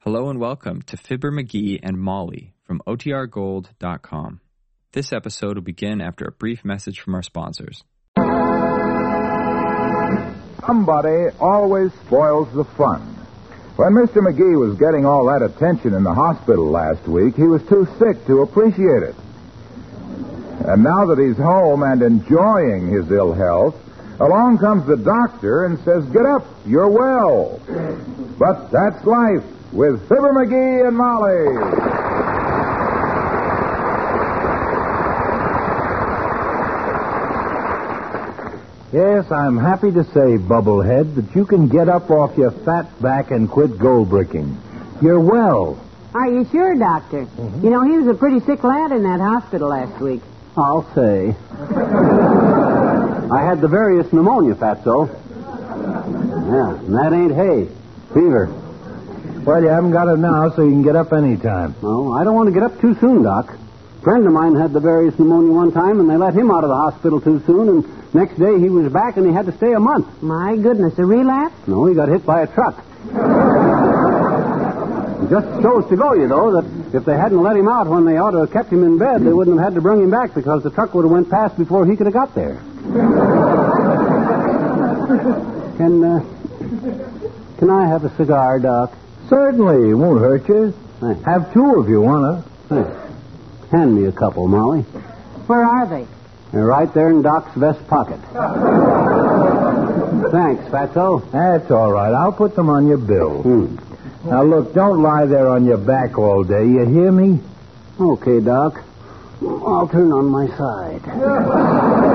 Hello and welcome to Fibber McGee and Molly from OTRGold.com. This episode will begin after a brief message from our sponsors. Somebody always spoils the fun. When Mr. McGee was getting all that attention in the hospital last week, he was too sick to appreciate it. And now that he's home and enjoying his ill health, along comes the doctor and says, Get up, you're well. But that's life with Fibber McGee and Molly. Yes, I'm happy to say, Bubblehead, that you can get up off your fat back and quit gold bricking. You're well. Are you sure, Doctor? Mm-hmm. You know, he was a pretty sick lad in that hospital last week. I'll say. I had the various pneumonia, Fatso. Yeah, and that ain't hay. Fever. Well, you haven't got it now, so you can get up any time. No, I don't want to get up too soon, Doc. Friend of mine had the various pneumonia one time, and they let him out of the hospital too soon, and next day he was back and he had to stay a month. My goodness, a relapse? No, he got hit by a truck. He Just chose to go, you know, that if they hadn't let him out when they ought to have kept him in bed, they wouldn't have had to bring him back because the truck would have went past before he could have got there. can, uh, can I have a cigar, Doc? Certainly, it won't hurt you. Thanks. Have two if you want to. Thanks. Hand me a couple, Molly. Where are they? They're right there in Doc's vest pocket. Thanks, Fatso. That's all right. I'll put them on your bill. Hmm. Now, look, don't lie there on your back all day. You hear me? Okay, Doc. I'll turn on my side.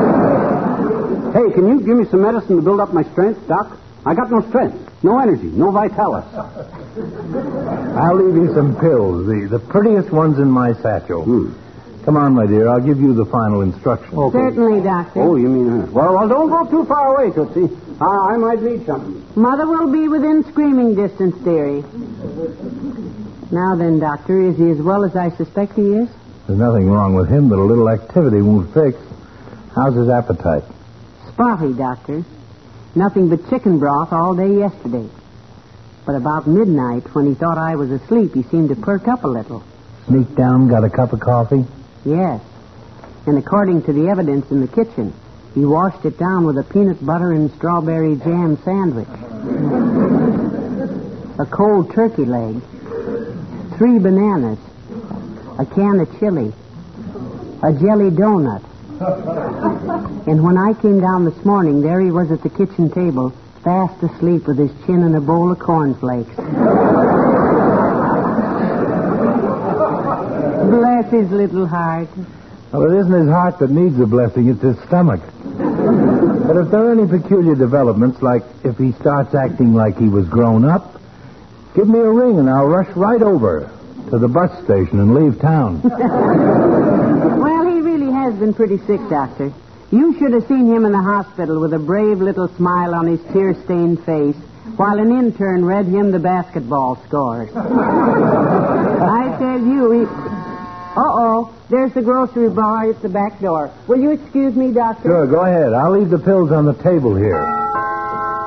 hey, can you give me some medicine to build up my strength, Doc? I got no strength, no energy, no vitalis. I'll leave you some pills, the, the prettiest ones in my satchel. Hmm. Come on, my dear. I'll give you the final instructions. Okay. Certainly, Doctor. Oh, you mean her? Well, well, don't go too far away, Tootsie. I, I might need something. Mother will be within screaming distance, dearie. Now then, Doctor, is he as well as I suspect he is? There's nothing wrong with him, but a little activity won't fix. How's his appetite? Spotty, Doctor. Nothing but chicken broth all day yesterday. But about midnight, when he thought I was asleep, he seemed to perk up a little. Sneak down, got a cup of coffee? Yes. And according to the evidence in the kitchen, he washed it down with a peanut butter and strawberry jam sandwich. a cold turkey leg. Three bananas. A can of chili. A jelly donut. and when I came down this morning, there he was at the kitchen table, fast asleep with his chin in a bowl of cornflakes. Bless his little heart. Well, it isn't his heart that needs the blessing, it's his stomach. but if there are any peculiar developments, like if he starts acting like he was grown up, give me a ring and I'll rush right over to the bus station and leave town. Well, he really has been pretty sick, Doctor. You should have seen him in the hospital with a brave little smile on his tear stained face while an intern read him the basketball scores. I tell you, he. Uh oh, there's the grocery bar at the back door. Will you excuse me, Doctor? sure, go ahead. I'll leave the pills on the table here.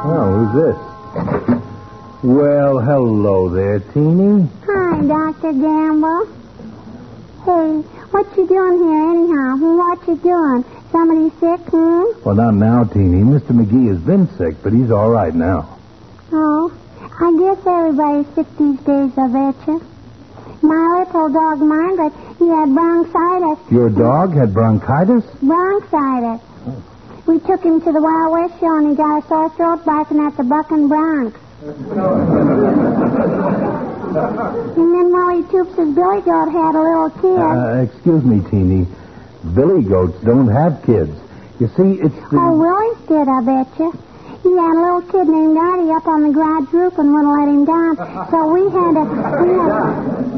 Oh, who's this? Well, hello there, Teeny. Hi, Dr. Gamble. Hey, what you doing here anyhow? Hmm, What you doing? Somebody sick, hmm? Well, not now, Teeny. Mr. McGee has been sick, but he's all right now. Oh, I guess everybody's sick these days, I bet you. My little dog Margaret, he had bronchitis, Your dog had bronchitis? bronchitis. We took him to the Wild West show and he got a sore throat barking at the Buck and Bronx. and then Wally Toops' billy goat had a little kid. Uh, excuse me, Teeny. Billy goats don't have kids. You see, it's the. Oh, Willis did, I bet you. He had a little kid named Artie up on the garage roof and wouldn't let him down. So we had to. We had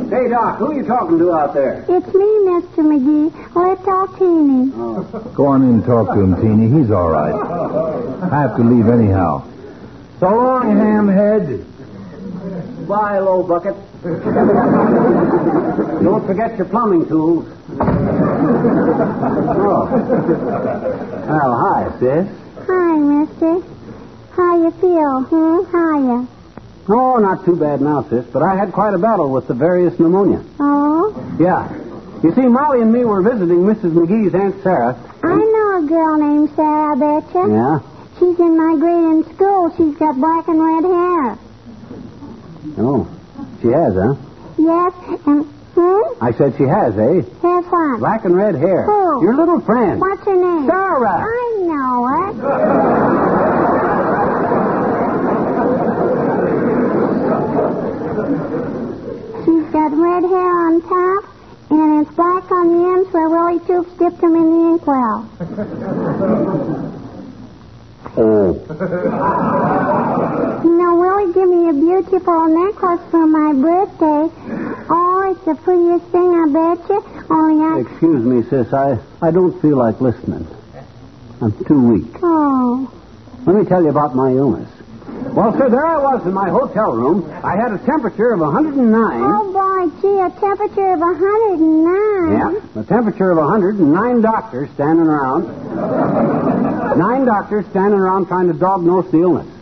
Hey, Doc, who are you talking to out there? it's me, Mr. McGee, little teeny. Go on in and talk to him, Teeny. He's all right. I have to leave anyhow. So long, hamhead. Bye, low bucket. Don't forget your plumbing tools. oh. Well, hi, sis. Hi, mister. How you feel, hmm? How you? Oh, not too bad now, sis, but I had quite a battle with the various pneumonia. Oh, Yeah. You see, Molly and me were visiting Mrs. McGee's Aunt Sarah. I know a girl named Sarah, I betcha. Yeah? She's in my grade in school. She's got black and red hair. Oh, she has, huh? Yes, and hmm? I said she has, eh? Have fun. Black and red hair. Who? Your little friend. What's her name? Sarah. I know it. She's got red hair on top, and it's black on the ends where Willie Toops dipped him in the inkwell. Oh. You know, Willie gave me a beautiful necklace for my birthday. Oh, it's the prettiest thing, I bet you. Only I... Excuse me, sis. I, I don't feel like listening. I'm too weak. Oh. Let me tell you about my illness. Well, sir, there I was in my hotel room. I had a temperature of 109. Oh, boy, gee, a temperature of 109. Yeah, a temperature of 100 and nine doctors standing around. nine doctors standing around trying to diagnose the illness.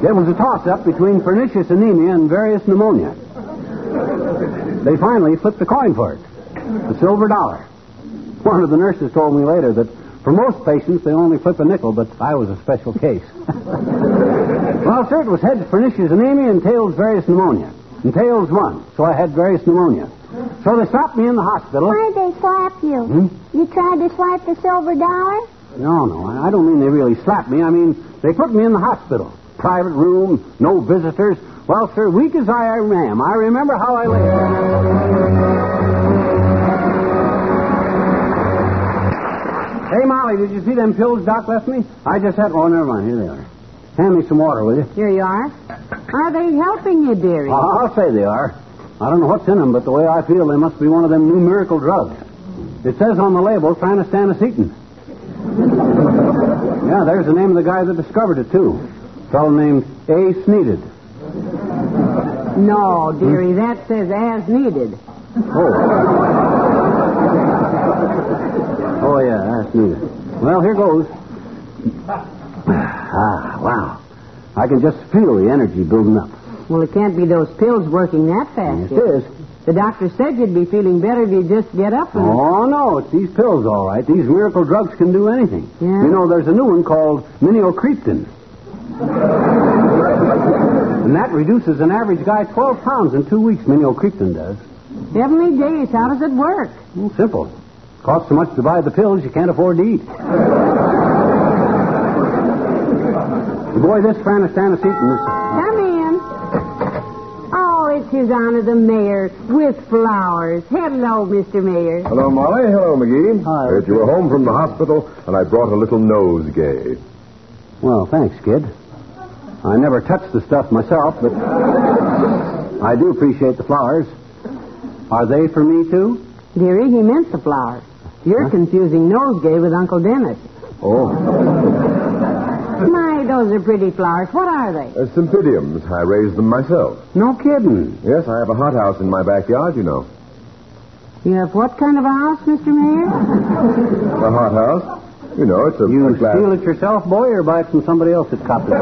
It was a toss-up between pernicious anemia and various pneumonia. They finally flipped the coin for it, the silver dollar. One of the nurses told me later that for most patients they only flip a nickel, but I was a special case. well, sir, it was heads pernicious anemia and tails various pneumonia. And tails won, so I had various pneumonia. So they stopped me in the hospital. Why'd they slap you? Hmm? You tried to slap the silver dollar? No, no, I I don't mean they really slapped me. I mean they put me in the hospital, private room, no visitors. Well, sir, weak as I am, I remember how I lay. Hey, Molly, did you see them pills Doc left me? I just had. Oh, never mind. Here they are. Hand me some water, will you? Ah, Here you are. Are they helping you, dearie? I'll I'll say they are. I don't know what's in them, but the way I feel, they must be one of them new miracle drugs. It says on the label, Cyanostatin. yeah, there's the name of the guy that discovered it, too. A fellow named A. Sneeded. No, dearie, that says as needed. Oh. oh, yeah, that's needed. Well, here goes. Ah, wow. I can just feel the energy building up. Well, it can't be those pills working that fast. Yes, it is. The doctor said you'd be feeling better if you just get up and Oh, no, it's these pills, all right. These miracle drugs can do anything. Yeah? You know, there's a new one called miniocretin. and that reduces an average guy 12 pounds in two weeks, miniocretin does. Heavenly days, how does it work? Well, simple. Costs so much to buy the pills, you can't afford to eat. Boy, this franastanesetin is... Come in. Oh, it's His Honor the Mayor with flowers. Hello, Mr. Mayor. Hello, Molly. Hello, McGee. Hi. Heard you were home from the hospital, and I brought a little nosegay. Well, thanks, kid. I never touch the stuff myself, but I do appreciate the flowers. Are they for me, too? Dearie, he meant the flowers. You're confusing Nosegay with Uncle Dennis. Oh. My, those are pretty flowers. What are they? Uh, Symphidiums. I raised them myself. No kidding. Yes, I have a hothouse in my backyard, you know. You have what kind of a house, Mr. Mayor? A hothouse? You know, it's a You a glass. steal it yourself, boy, or buy it from somebody else at Copland?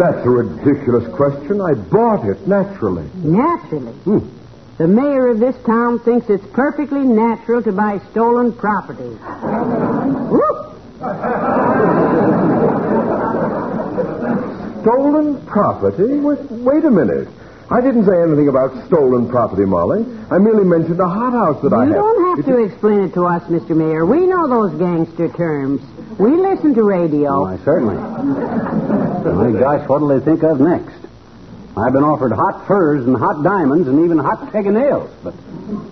That's a ridiculous question. I bought it naturally. Naturally. The mayor of this town thinks it's perfectly natural to buy stolen property. Whoop! Stolen property? Wait, wait a minute. I didn't say anything about stolen property, Molly. I merely mentioned a hothouse that I You have. don't have It- to explain it to us, Mr. Mayor. We know those gangster terms. We listen to radio. Why, Oh, certainly. My gosh, what'll they think of next? I've been offered hot furs and hot diamonds and even hot peg of nails, but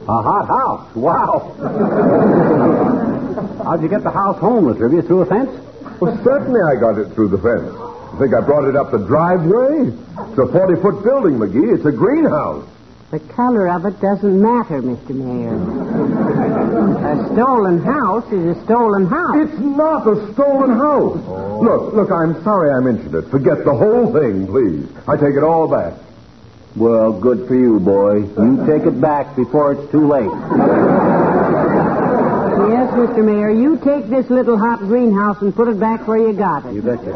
a hot house. Wow. How'd you get the house home, Latrivia? Through a fence? Well, certainly I got it through the fence. Think I brought it up the driveway? It's a 40 foot building, McGee. It's a greenhouse. The color of it doesn't matter, Mr. Mayor. a stolen house is a stolen house. It's not a stolen house. Oh. Look, look, I'm sorry I mentioned it. Forget the whole thing, please. I take it all back. Well, good for you, boy. You take it back before it's too late. Yes, Mr. Mayor, you take this little hot greenhouse and put it back where you got it. You betcha.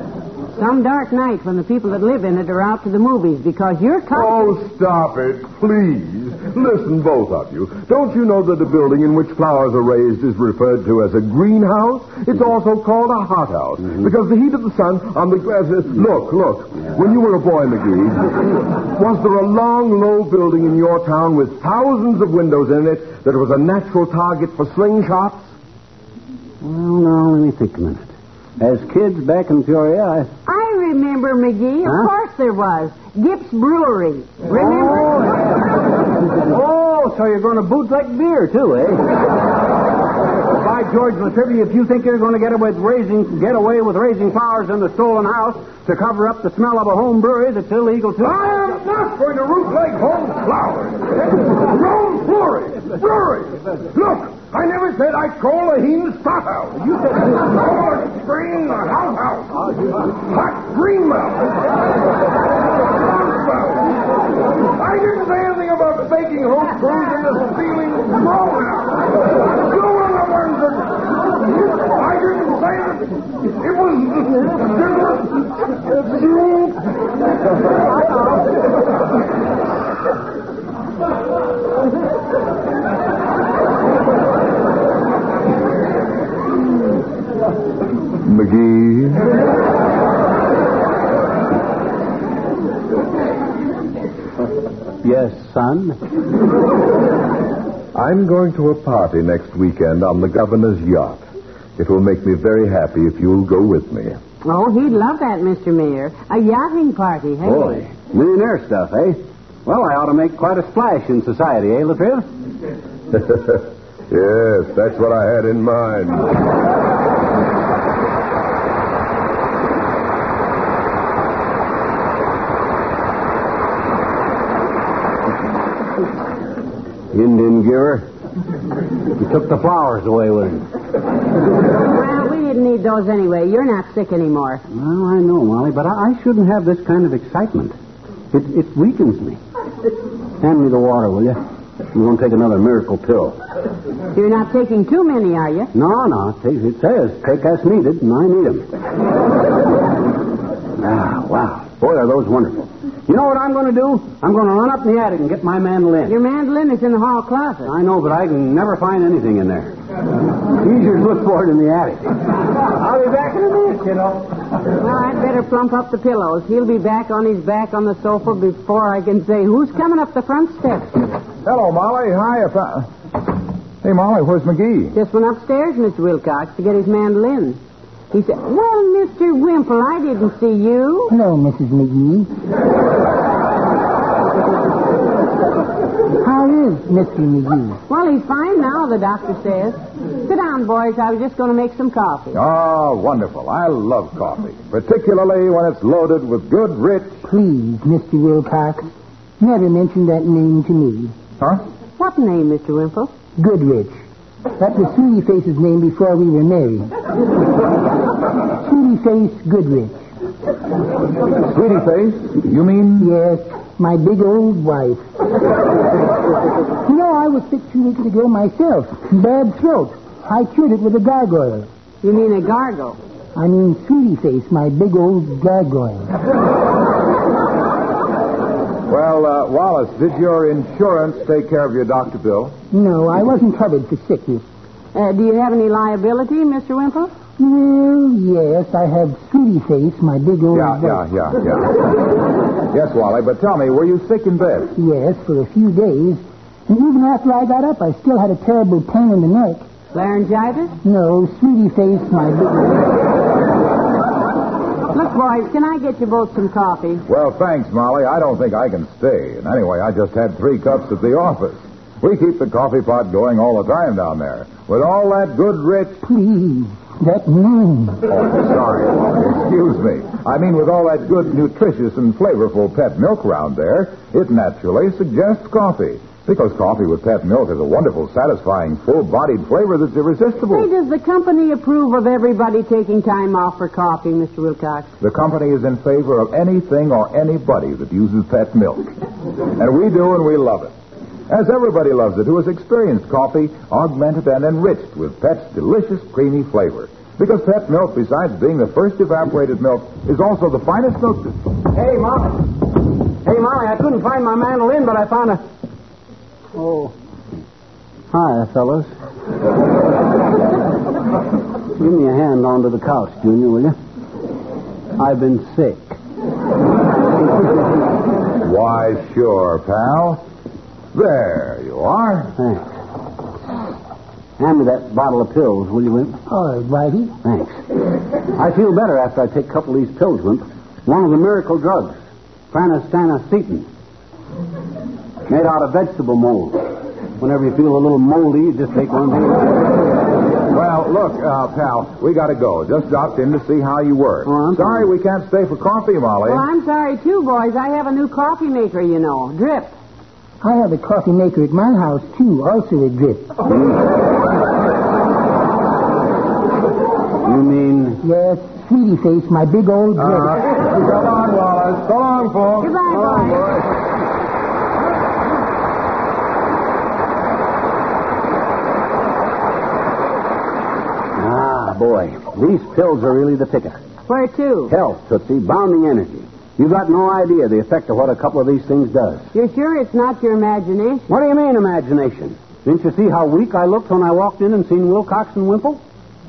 Some dark night when the people that live in it are out to the movies because you're country. Oh, stop it, please. Listen, both of you. Don't you know that a building in which flowers are raised is referred to as a greenhouse? It's also called a hothouse because the heat of the sun on the grass. Is... Look, look. When you were a boy, McGee, was there a long, low building in your town with thousands of windows in it that was a natural target for slingshots? Well, now, let me think a minute. As kids back in Peoria, I... I remember, McGee. Of Huh? course there was. Gipp's Brewery. Remember? Oh, so you're going to bootleg beer, too, eh? By George Latrivia, if you think you're going to get away with raising get away with raising flowers in the stolen house to cover up the smell of a home brewery, that's illegal too. I am not going to root like home flowers. Rome Brewery. Brewery. Look, I never said I'd call a heen stockhouse. You said Lord Green the house house. Hot green mouth. I didn't say anything about baking home crews into stealing grown You were the ones that. I didn't say that. It was. It was. You McGee. Yes, son. I'm going to a party next weekend on the governor's yacht. It will make me very happy if you'll go with me. Oh, he'd love that, Mr. Mayor. A yachting party, hey? Boy, millionaire stuff, eh? Well, I ought to make quite a splash in society, eh, Latriv? Yes, that's what I had in mind. Indian giver. He took the flowers away with him. Well, we didn't need those anyway. You're not sick anymore. Well, I know, Molly, but I, I shouldn't have this kind of excitement. It, it weakens me. Hand me the water, will you? You won't take another miracle pill. You're not taking too many, are you? No, no. it says- It says take as needed, and I need 'em. ah, wow. Boy, are those wonderful. You know what I'm going to do? I'm going to run up in the attic and get my mandolin. Your mandolin is in the hall closet. I know, but I can never find anything in there. Easier to look for it in the attic. I'll be back in a minute, kiddo. Well, I'd better plump up the pillows. He'll be back on his back on the sofa before I can say, who's coming up the front steps? Hello, Molly. Hi. If I... Hey, Molly, where's McGee? Just went upstairs, Mr. Wilcox, to get his mandolin. He said, well, Mr. Wimple, I didn't see you. Hello, Mrs. McGee. How is Mr. McGee? Well, he's fine now, the doctor says. Sit down, boys. I was just going to make some coffee. Ah, Oh, wonderful. I love coffee, particularly when it's loaded with good, rich. Please, Mr. Wilcox, never mention that name to me. Huh? What name, Mr. Wimple? Goodrich. That was Sooty Face's name before we were married. Sooty Face Goodrich. Sweetie face? You mean. Yes, my big old wife. you know, I was sick two weeks ago myself. Bad throat. I cured it with a gargoyle. You mean a gargle. I mean, Sooty Face, my big old gargoyle. Well, uh, Wallace, did your insurance take care of your doctor bill? No, I wasn't covered for sickness. Uh, do you have any liability, Mr. Wimple? Well, yes, I have Sooty Face, my big old Yeah, yeah, wife. yeah, yeah. yes, Wally, but tell me, were you sick in bed? Yes, for a few days. And even after I got up, I still had a terrible pain in the neck. Laryngitis? No, Sweetie Face, my big old... Look, boys, can I get you both some coffee? Well, thanks, Molly. I don't think I can stay. And anyway, I just had three cups at the office. We keep the coffee pot going all the time down there. With all that good, rich. Please, that name. Oh, sorry, Molly. Excuse me. I mean, with all that good, nutritious, and flavorful pet milk around there, it naturally suggests coffee. Because coffee with pet milk is a wonderful, satisfying, full-bodied flavor that's Say, irresistible. does the company approve of everybody taking time off for coffee, Mr. Wilcox? The company is in favor of anything or anybody that uses pet milk. and we do, and we love it. As everybody loves it who has experienced coffee augmented and enriched with pet's delicious creamy flavor. Because pet milk, besides being the first evaporated milk, is also the finest milk. Hey, Molly. Hey, Molly, I couldn't find my mandolin, but I found a. Oh. Hi, fellas. Give me a hand onto the couch, Junior, will you? I've been sick. Why, sure, pal. There you are. Thanks. Hand me that bottle of pills, will you, Wimp? All right, Whitey. Thanks. I feel better after I take a couple of these pills, Wimp. One of the miracle drugs, Pranastanacetin. Made out of vegetable mold. Whenever you feel a little moldy, you just take one. Well, look, uh, pal, we gotta go. Just dropped in to see how you were. Oh, I'm Sorry we can't stay for coffee, Molly. Well, I'm sorry, too, boys. I have a new coffee maker, you know. Drip. I have a coffee maker at my house, too, also a drip. You mean Yes, sweetie face, my big old Uh-huh. drip. Uh, so long, Wallace. So long, folks. Goodbye, So long, boys. boys. Ah, boy. These pills are really the ticket. Where to? Health, Tootsie, bounding energy. You got no idea the effect of what a couple of these things does. You're sure it's not your imagination? What do you mean, imagination? Didn't you see how weak I looked when I walked in and seen Wilcox and Wimple?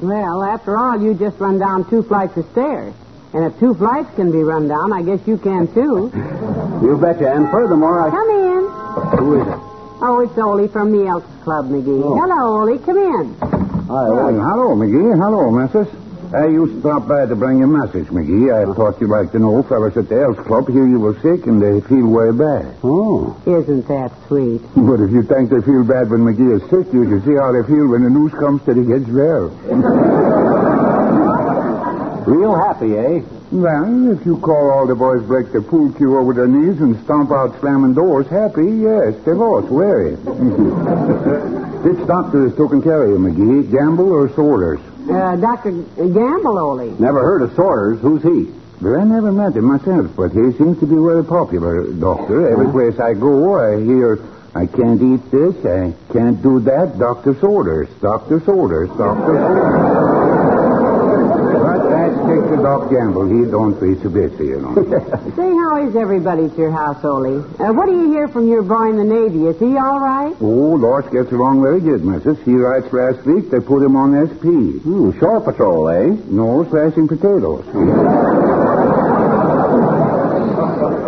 Well, after all, you just run down two flights of stairs. And if two flights can be run down, I guess you can, too. You betcha. And furthermore, I. Come in. Who is it? Oh, it's Ole from the Elks Club, McGee. Oh. Hello, Ole. Come in. Hi, Well, Ollie. hello, McGee. Hello, Messrs. Uh, you stopped by to bring a message, McGee. I thought you'd like to know, fellas at the Elks Club here you were sick and they feel way bad. Oh. Isn't that sweet? But if you think they feel bad when McGee is sick, you should see how they feel when the news comes that he gets well. Real happy, eh? Well, if you call all the boys break the pool cue over their knees and stomp out slamming doors happy, yes, divorce, weary. Which doctor is taking care of you, McGee? Gamble or Saunders? Uh, Dr. Gamble, Ole. Never heard of Saunders. Who's he? Well, I never met him myself, but he seems to be very popular, Doctor. Every place I go, I hear, I can't eat this, I can't do that. Doctor's orders, doctor's orders, doctor's orders. but that's Dr. Doc Gamble. He don't reach a bit, you know. Say, how is everybody at your house, Ole? Uh, what do you hear from your boy in the Navy? Is he all right? oh, Lars gets along very good, missus. He writes last week they put him on SP. Hmm, Shore Patrol, eh? No slashing potatoes.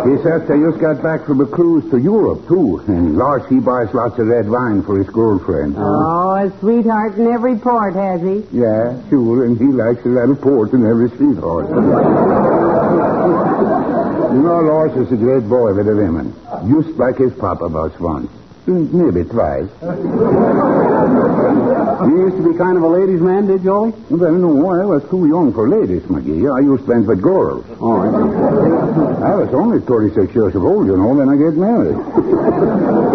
he says they just got back from a cruise to Europe, too. And Lars, he buys lots of red wine for his girlfriend. Uh-huh. Ah. Oh, a sweetheart in every port, has he? Yeah, sure, and he likes a lot of port and every sweetheart. you know, Lars is a great boy with the women. Just like his papa was once. Mm, Maybe twice. You used to be kind of a ladies' man, did you, Ollie? Well, no, I was too young for ladies, McGee. I used to spend with girls. All right. I was only 36 years of old, you know, when I get married.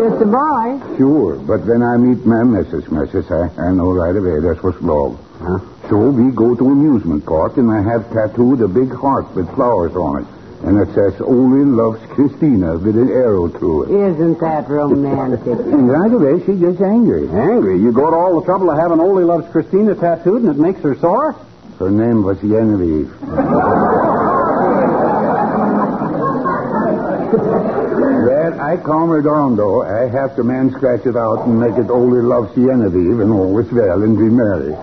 Just a boy. Sure, but when I meet my missus, missus, I, I know right away that's what's wrong. Huh? So we go to amusement park, and I have tattooed a big heart with flowers on it. And it says, Only loves Christina with an arrow through it. Isn't that romantic? And right away, she gets angry. Angry. You go to all the trouble of having Ole Loves Christina tattooed and it makes her sore? Her name was Genevieve. well, I calm her down, though. I have the man scratch it out and make it Only loves Genevieve, and all is well, and we marry.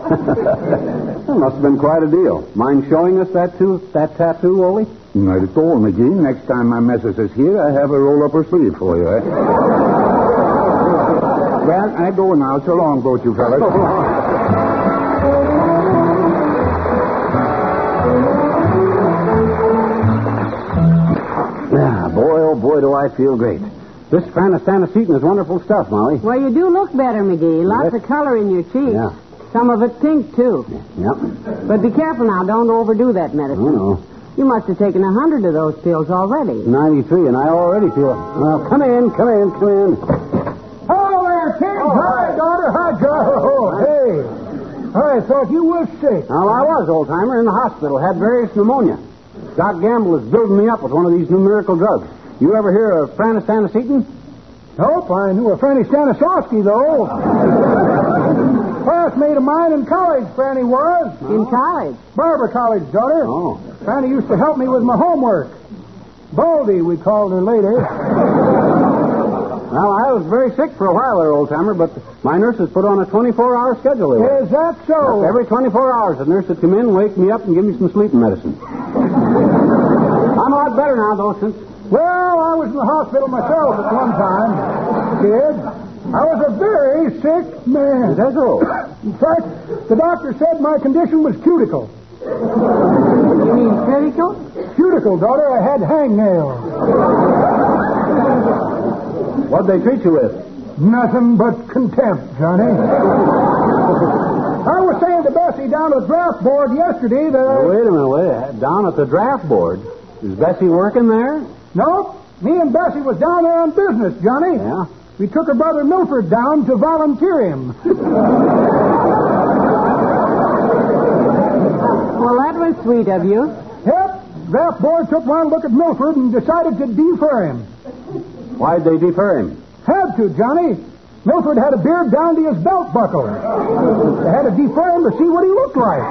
That must have been quite a deal. Mind showing us that, too, that tattoo, Ole? Not at all, McGee. Next time my missus is here, I have her roll up her sleeve for you. eh? well, I go now. So long, both you fellas. Yeah, boy, oh boy, do I feel great. This phanastanacetin is wonderful stuff, Molly. Well, you do look better, McGee. Lots of color in your cheeks. Yeah. Some of it pink, too. Yep. Oh, But be careful now. Don't overdo that I medicine. know. You must have taken a hundred of those pills already. 93, and I already feel it. Well, come in, come in, come in. Hello there, kids. Oh, hi, daughter. Hi, Joe. hey. I thought you were sick. Now, I was old timer in the hospital, had various pneumonia. Doc Gamble is building me up with one of these new miracle drugs. You ever hear of pranastanacetin? Nope, I knew a Franny Stanislavski, though. Classmate of mine in college, Fanny was. In college. Barber College daughter. Oh. Fanny used to help me with my homework. Baldy, we called her later. Well, I was very sick for a while there, old timer, but my nurses put on a 24 hour schedule. here. Is that so? Every 24 hours, the nurse would come in, wake me up, and give me some sleeping medicine. I'm a lot better now, though, since. Well, I was in the hospital myself at one time, kid. I was a very sick man. That's all. In fact, the doctor said my condition was cuticle. You mean critical? Cuticle, daughter, I had hangnails. What'd they treat you with? Nothing but contempt, Johnny. I was saying to Bessie down at the draft board yesterday that I... Now, wait a minute, wait. a- Down at the draft board. Is Bessie working there? Nope. Me and Bessie was down there on business, Johnny. Yeah. We took her brother Milford down to volunteer him. Well, that was sweet of you. Yep. Draft board took one look at Milford and decided to defer him. Why'd they defer him? Had to, Johnny. Milford had a beard down to his belt buckle. They had to defer him to see what he looked like.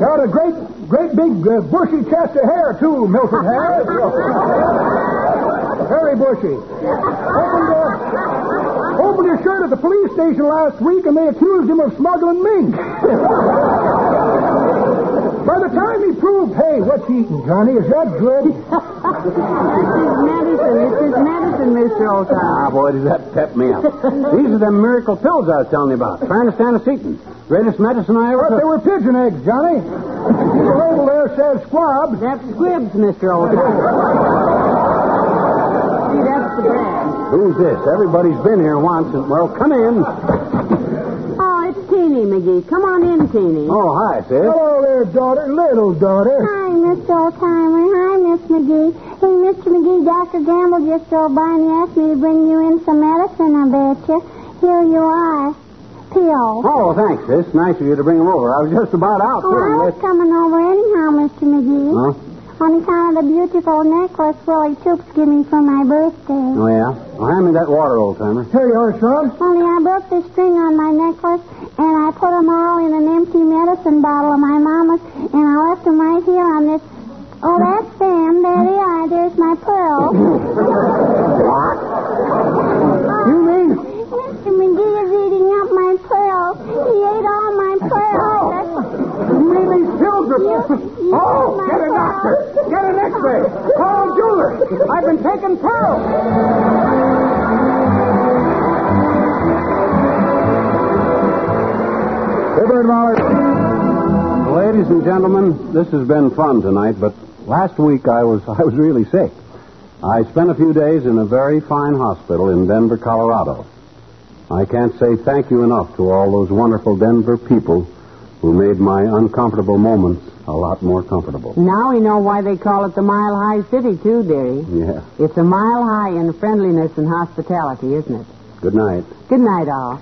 Got a great, great big uh, bushy chest of hair, too, Milford had. Very bushy. Opened, uh, opened his shirt at the police station last week, and they accused him of smuggling mink. By the time he proved, hey, what's eating, Johnny? Is that good? This is medicine. This is medicine, Mr. Oldtimer. Ah, boy, does that pep me up. These are the miracle pills I was telling you about. Farnastanesetin. Greatest medicine I ever But they took. were pigeon eggs, Johnny. The label there says squab. That's squibs, Mr. Oldtimer. See, that's the brand. Who's this? Everybody's been here once. And, well, come in. Oh, it's Teeny, McGee. Come on in, Teeny. Oh, hi, sis. Hello there, daughter, little daughter. Hi, Mr. Oldtimer. Hi, Miss McGee. Hey, Mr. McGee, Dr. Gamble just drove by and he asked me to bring you in some medicine, I bet you. Here you are. Pills. Oh, thanks, sis. Nice of you to bring him over. I was just about out. Oh, I was too. coming over anyhow, Mr. McGee. Huh? On account of the beautiful necklace Willie Toops gave me for my birthday. Oh, yeah? Well, hand me that water, old timer. Here you are, son. Only I broke the string on my necklace, and I put 'em all in an empty medicine bottle of my mama's, and I left 'em right here on this. Oh, that's them. There they are. There's my pearl. You mean Mr. McGee is eating up my pearls. He ate all my pearls. That's- Oh. You mean these pills are... You- you oh, my get a pearls. doctor. Get an x-ray. Call a jeweler. I've been taking pills. Hibbert Mahler. Ladies and gentlemen, this has been fun tonight, but last week I was I was really sick. I spent a few days in a very fine hospital in Denver, Colorado. I can't say thank you enough to all those wonderful Denver people who made my uncomfortable moments a lot more comfortable. Now we know why they call it the Mile High City, too, dearie. Yeah. It's a mile high in friendliness and hospitality, isn't it? Good night. Good night, all.